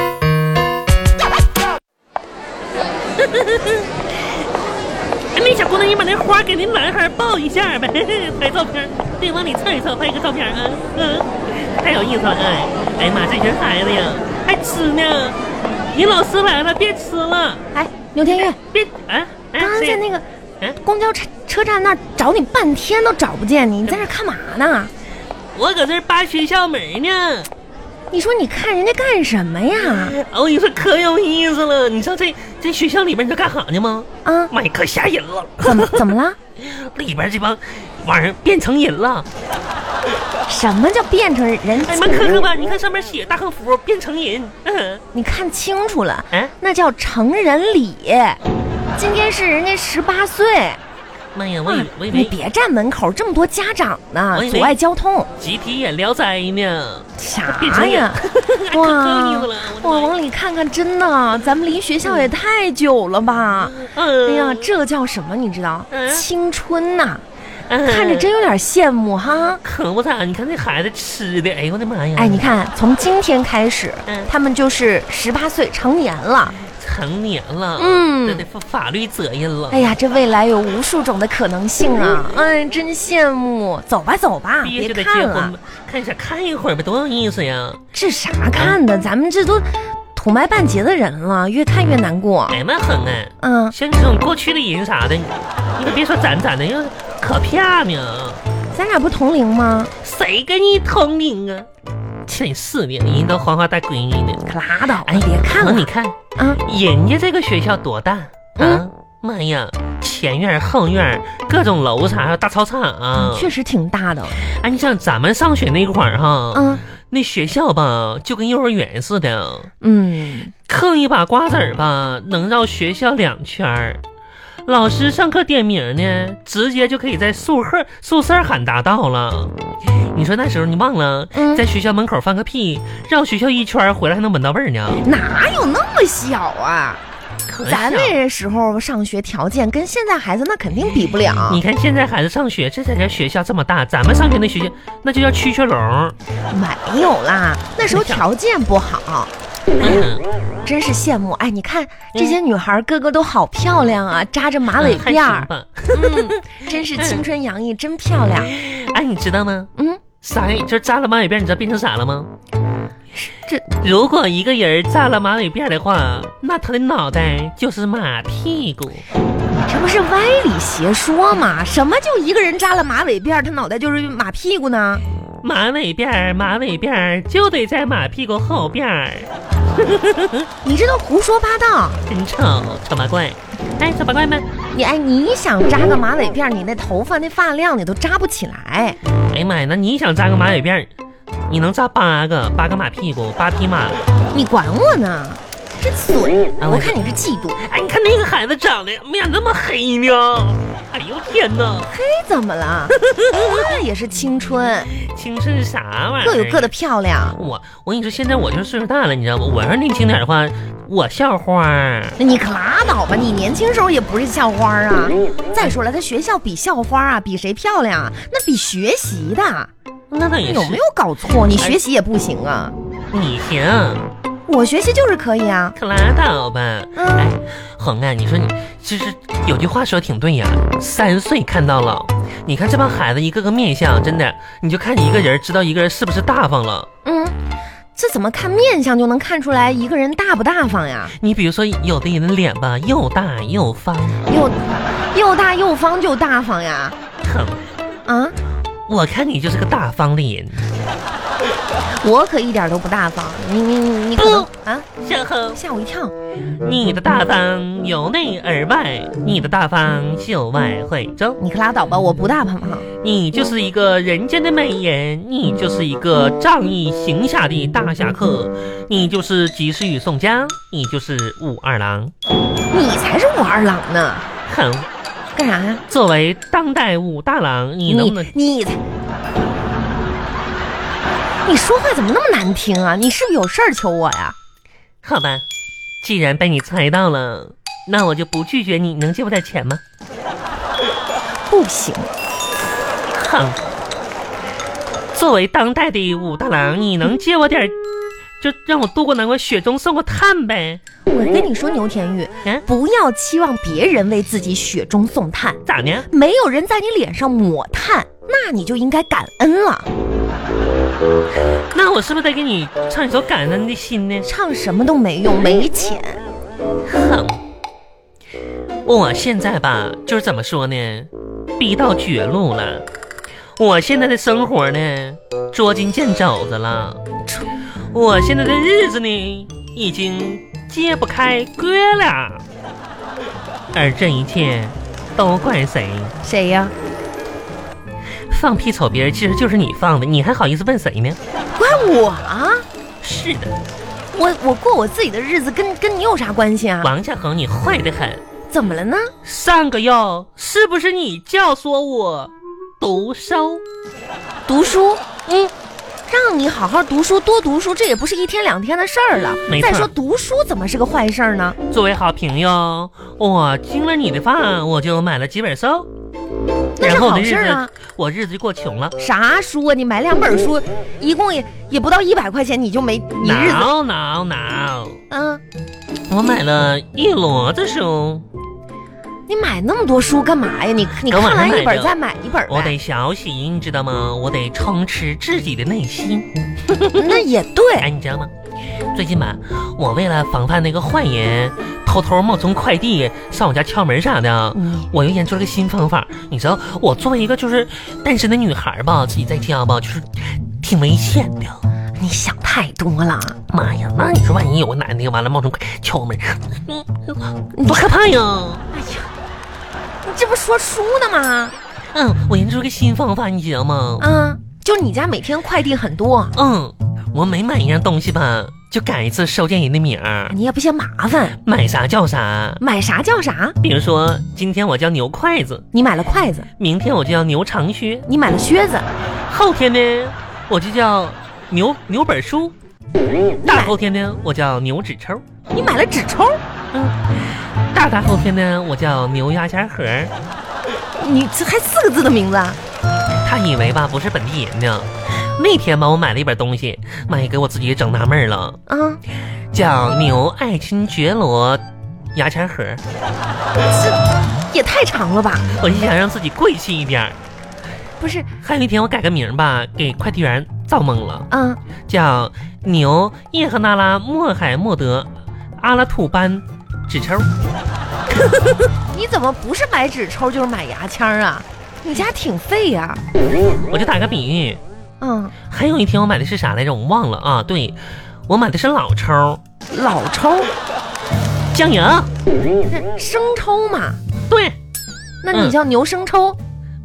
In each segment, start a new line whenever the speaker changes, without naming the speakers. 把哎那花给那男孩抱一下呗，拍照片，对，往里凑一凑，拍个照片啊，嗯、太有意思了，哎，哎呀妈，这群孩子呀，还吃呢，你老师来了，别吃了，
哎，牛天玉，
别，哎哎，
刚刚在
谁
那个
哎
公交车车站那儿找你半天都找不见你，你在这儿干嘛呢？
我搁这儿扒学校门呢。
你说你看人家干什么呀？
哦，你说可有意思了！你说这这学校里边你知道干啥呢吗？
啊，
妈呀，可吓人了！
怎 么怎么了？
里边这帮玩意儿变成人了。
什么叫变成人
哎
形
妈，看看吧，你看上面写大横幅，变成人。嗯，
你看清楚了，
哎，
那叫成人礼。今天是人家十八岁，
妈呀，我以我以
啊哎你
为
别站门口，这么多家长呢
我以，为
阻碍交 通，
集体演《聊斋》呢。变
啥
成人？
呀
哎 可有意思了我的妈
哇，
呀
往里看看，真的，咱们离学校也太久了吧？哎
嗯，
呀，这叫什么？你知道？
嗯
青春呐、
嗯
看着真有点羡慕哈。
可不咋，你看这孩子吃的，哎呦我的妈呀！
哎，你看，从今天开始
嗯，
他们就是十八岁成年了。
成年了，
嗯
这得负法律责任了。
哎呀，这未来有无数种的可能性啊！哎，真羡慕。走吧，走吧，
毕业
别
嗯就得
看
结婚
了
吧，，看一下看一会儿吧，多有意思呀！
这啥看
嗯
的？咱们这都土埋半截的人了，越看越难过
哎。呀妈狠哎！
嗯，
像这种过去的人啥的，你你可别说咱咱的，又可漂亮啊，
咱俩不同龄吗？
谁跟你同龄啊？真是的，人都黄花大闺女呢。
可拉倒
哎
吧，哎别看了
你看
啊！
人家这个学校多大啊
嗯？
妈呀，前院后院各种楼啥，还有大操场啊。
嗯确实挺大的。
哎，你像咱们上学那块儿哈，
嗯
那学校吧，就跟幼儿园似的。
嗯，
嗑一把瓜子儿吧，能绕学校两圈儿。老师上课点名呢，直接就可以在宿舍宿舍喊达到了。你说那时候你忘了，
嗯
在学校门口放个屁，绕学校一圈儿回来还能闻到味儿呢。
哪有那么小啊？
可
咱
小
那时候上学条件跟现在孩子那肯定比不了
你。看现在孩子上学，这才叫学校这么大，咱们上学那学校那就叫蛐蛐笼。
没有啦，那时候条件不好，
嗯，
真是羡慕。哎，你看这些女孩个个都好漂亮啊，扎着马尾
还
辫
行
儿，
吧。
嗯， 真是青春洋溢，真漂亮。
哎，你知道吗？
嗯，
啥呀？就是扎了马尾辫，你知道变成啥了吗？
这
如果一个人扎了马尾辫的话，那他的脑袋就是马屁股。
这不是歪理邪说吗？什么就一个人扎了马尾辫儿，他脑袋就是马屁股呢？
马尾辫儿，马尾辫儿就得在马屁股后边儿。
你这都胡说八道！
真丑，丑八怪！哎，丑八怪们，
你哎，你想扎个马尾辫儿，你那头发那发量你都扎不起来。
哎呀妈呀，那你想扎个马尾辫儿，你能扎八个，八个马屁股，八匹马。
你管我呢？真损！
啊
我
我
看你是嫉妒。
哎，你看那个孩子长得，哎呀，那么黑呢！哎呦天哪，
嘿，哎怎么了？那也是青春，
青春是啥玩意儿？
各有各的。漂亮。
我我跟你说，现在我就是岁数大了，你知道吗？我要年轻点儿的话，我校花儿。
那你可拉倒吧，你年轻时候也不是校花啊。再说了，他学校比校花啊，比谁漂亮啊？那比学习的，啊
那倒也是。
有没有搞错？你学习也不行啊，
你行，
我学习就是可以啊。
可拉倒吧。
嗯
哎，红啊，你说你就是有句话说得挺对呀，三岁看到老。你看这帮孩子一个个面相，真的，你就看你一个人，知道一个人是不是大方了。
嗯，这怎么看面相就能看出来一个人大不大方呀？
你比如说，有的人的脸吧，又大又方，
又又大又方就大方呀？
哼，
啊，
我看你就是个大方的人。
我可一点都不大方。你你你你可能
嗯
啊，
小红，
吓我一跳。
你的大方由内而外，你的大方秀外慧中。
你可拉倒吧，我不大方。
你就是一个人间的美人，你就是一个仗义行侠的大侠客，你就是及时雨宋江，你就是武二郎。
你才是武二郎呢，
哼，
干啥呀？
作为当代武大郎，你能不能？
你才，你说话怎么那么难听啊？你是不是有事儿求我呀？
好吧，既然被你猜到了，那我就不拒绝你，能借我点钱吗？
不行，
哼，作为当代的武大郎，你能借我点就让我度过难关，雪中送个炭呗。
我跟你说，牛田玉，
嗯，
不要期望别人为自己雪中送炭，
咋呢？
没有人在你脸上抹炭，那你就应该感恩了。
那我是不是得给你唱一首感恩的心呢？
唱什么都没用，没钱。
哼，我现在吧，就是怎么说呢，逼到绝路了。我现在的生活呢，捉襟见肘子了。我现在的日子呢，已经揭不开锅了。而这一切，都怪谁？
谁呀？
放屁瞅别人，其实就是你放的，你还好意思问谁呢？
怪我啊！
是的，
我我过我自己的日子跟，跟你有啥关系啊？
王家恒，你坏得很。
怎么了呢？
上个药是不是你教唆我读书？
读书，嗯，让你好好读书，多读书，这也不是一天两天的事儿了。
没错
再说读书怎么是个坏事儿呢？
作为好朋友，我听了你的话，我就买了几本书，
那是
然后我的
好
日
事儿啊
子，我日子就过穷了。
啥书啊？你买两本书，一共也也不到一百块钱，你就没你日子，
挠挠挠！
嗯，
我买了一摞子书，
你买那么多书干嘛呀？你你
等
看
晚上
完一
买
本
着
再买一本
我
呗。
得小心，你知道吗？我得充实自己的内心。
那也对，
哎，你知道吗？最近吧，我为了防范那个坏人偷偷冒充快递上我家敲门啥的，
嗯
我又研究了个新方法。你知道，我作为一个就是单身的女孩吧，自己在家吧，就是挺危险的。
你想太多了。
妈呀，那你说万一有个男的完了冒充快敲门，嗯，多可怕呀！
哎呀，你这不说书呢吗？
嗯，我研究了个新方法，你知道吗？
嗯，就你家每天快递很多，
嗯，我每买一样东西吧，就改一次收件人的名儿，
你也不嫌麻烦，
买啥叫啥。
买啥叫啥？
比如说，今天我叫牛筷子，
你买了筷子，
明天我就叫牛长靴，
你买了靴子，
后天呢我就叫牛牛本书，大后天呢我叫牛纸抽，
你买了纸抽，
大大后天呢我叫牛鸭虾盒。
你这还四个字的名字啊？
他以为吧不是本地人呢。那天吧我买了一本东西，妈呀给我自己整纳闷了，
啊，
叫牛爱新觉罗。牙签盒，
这也太长了吧？
我就想让自己贵气一点儿。
不是，
还有一天我改个名儿吧，给快递员造梦了，
嗯，
叫牛叶赫那拉莫海默德阿拉土班纸抽。
你怎么不是买纸抽就是买牙签儿啊？你家挺废呀、
我就打个比喻，
嗯，
还有一天我买的是啥来着？我忘了啊。对，我买的是老抽
老抽，
酱油。
那生抽嘛，
对，
那你
嗯
叫牛生抽，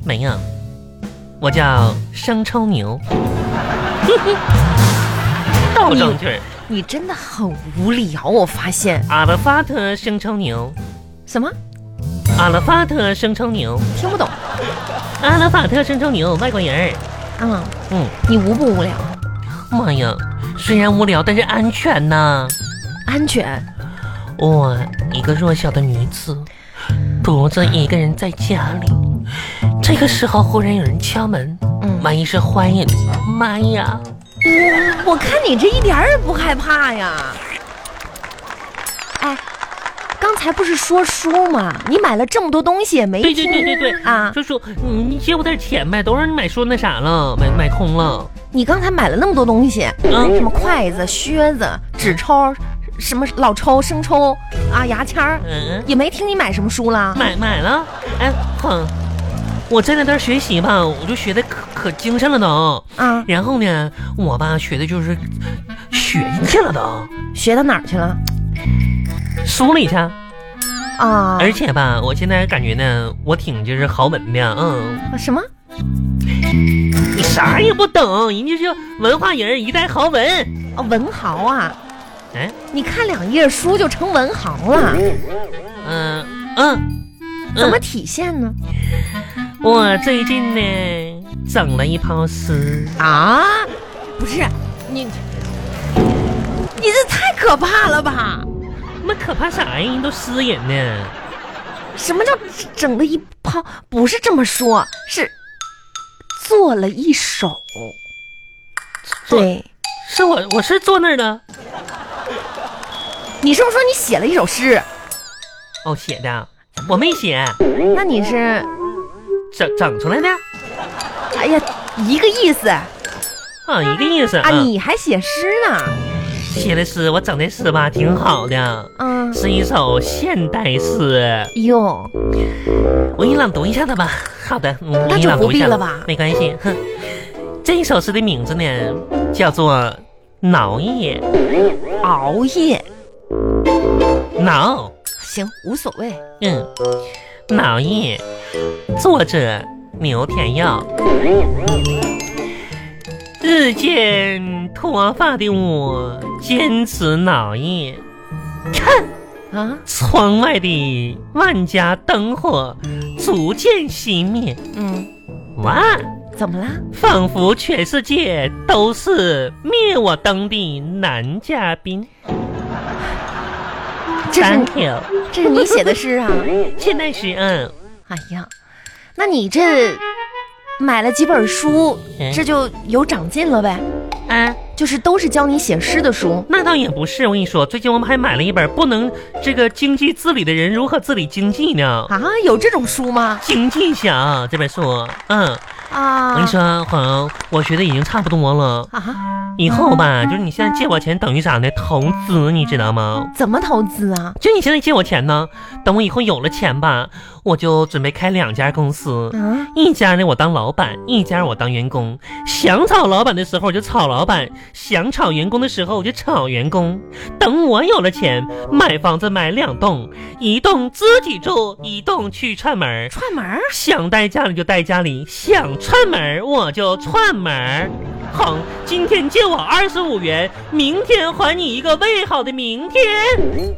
没有，我叫生抽牛。倒装句儿，
你真的很无聊，我发现
阿拉法特生抽牛，
什么
阿拉法特生抽牛，
听不懂，
阿拉法特生抽牛，外国人儿。
嗯，
嗯，
你无不无聊？
妈呀，虽然无聊，但是安全呐、
安全，
我一个弱小的女子，独自一个人在家里。这个时候，忽然有人敲门，
嗯，
万一是坏人，妈呀！
我我看你这一点儿也不害怕呀。哎，刚才不是说书吗？你买了这么多东西也没
对
听
对对对对
哎啊！
就说你你借我点钱呗，都让你买书那啥了，买买空了。
你刚才买了那么多东西，
嗯
什么筷子、靴子、纸抽，什么老抽、生抽啊、牙签儿，
嗯，
也没听你买什么书了。
买买了。哎，哼，我这两天学习吧，我就学的可可精神了都。
啊，
然后呢，我吧学的就是学进去了都，
学到哪儿去了？
梳理一下。
啊，
而且吧，我现在感觉呢，我挺就是豪门的，嗯，
什么？
你啥也不懂，人家是文化人，一代豪门。
哦，文豪啊！
哎，
你看两页书就成文豪了，
嗯嗯，
怎么体现呢？
我最近呢整了一泡诗。
啊，不是你，你这太可怕了吧？
那可怕啥呀？人都诗人呢。
什么叫整了一泡？不是这么说，是做了一手。
做
对，
是我，我是坐那儿的。
你是不是说你写了一首诗？
哦，写的，我没写，
那你是，
整整出来的
哎呀，一个意思
啊，一个意思
啊！你还写诗呢？
写的诗，我整的诗吧，挺好的，
嗯，
是一首现代诗。
哟，
我给你朗读一下它吧。好的，嗯
那
我给你
就
朗
不
读一
必
下
了吧
没关系。哼，这首诗的名字呢，叫做《挠夜
熬夜
挠》。
行，无所谓。
嗯，脑液，作者牛田耀。日渐脱发的我，坚持脑液。看
啊，
窗外的万家灯火逐渐熄灭，
嗯，
哇，
怎么啦？
仿佛全世界都是灭我灯的男嘉宾。
这是
Thank you，
这是你写的诗啊？
现代诗，嗯，
哎呀，那你这买了几本书
嗯，
这就有长进了呗？
啊。
就是都是教你写诗的书。
那倒也不是，我跟你说，最近我们还买了一本《不能这个经济自理的人如何自理经济呢》
啊，有这种书吗？
经济学啊这本书，嗯，
啊，
我跟你说，黄，我学的已经差不多了。
啊，
以后吧，就是你现在借我钱，等于啥呢？投资，你知道吗？
怎么投资啊？
就你现在借我钱呢，等我以后有了钱吧，我就准备开两家公司，
啊，
一家呢我当老板，一家我当员工。想炒老板的时候我就炒老板，想炒员工的时候我就炒员工。等我有了钱，买房子买两栋，一栋自己住，一栋去串门儿。
串门儿？
想待家里就待家里，想串门儿我就串门儿。哼，今天借我二十五元，明天还你一个未好的明天。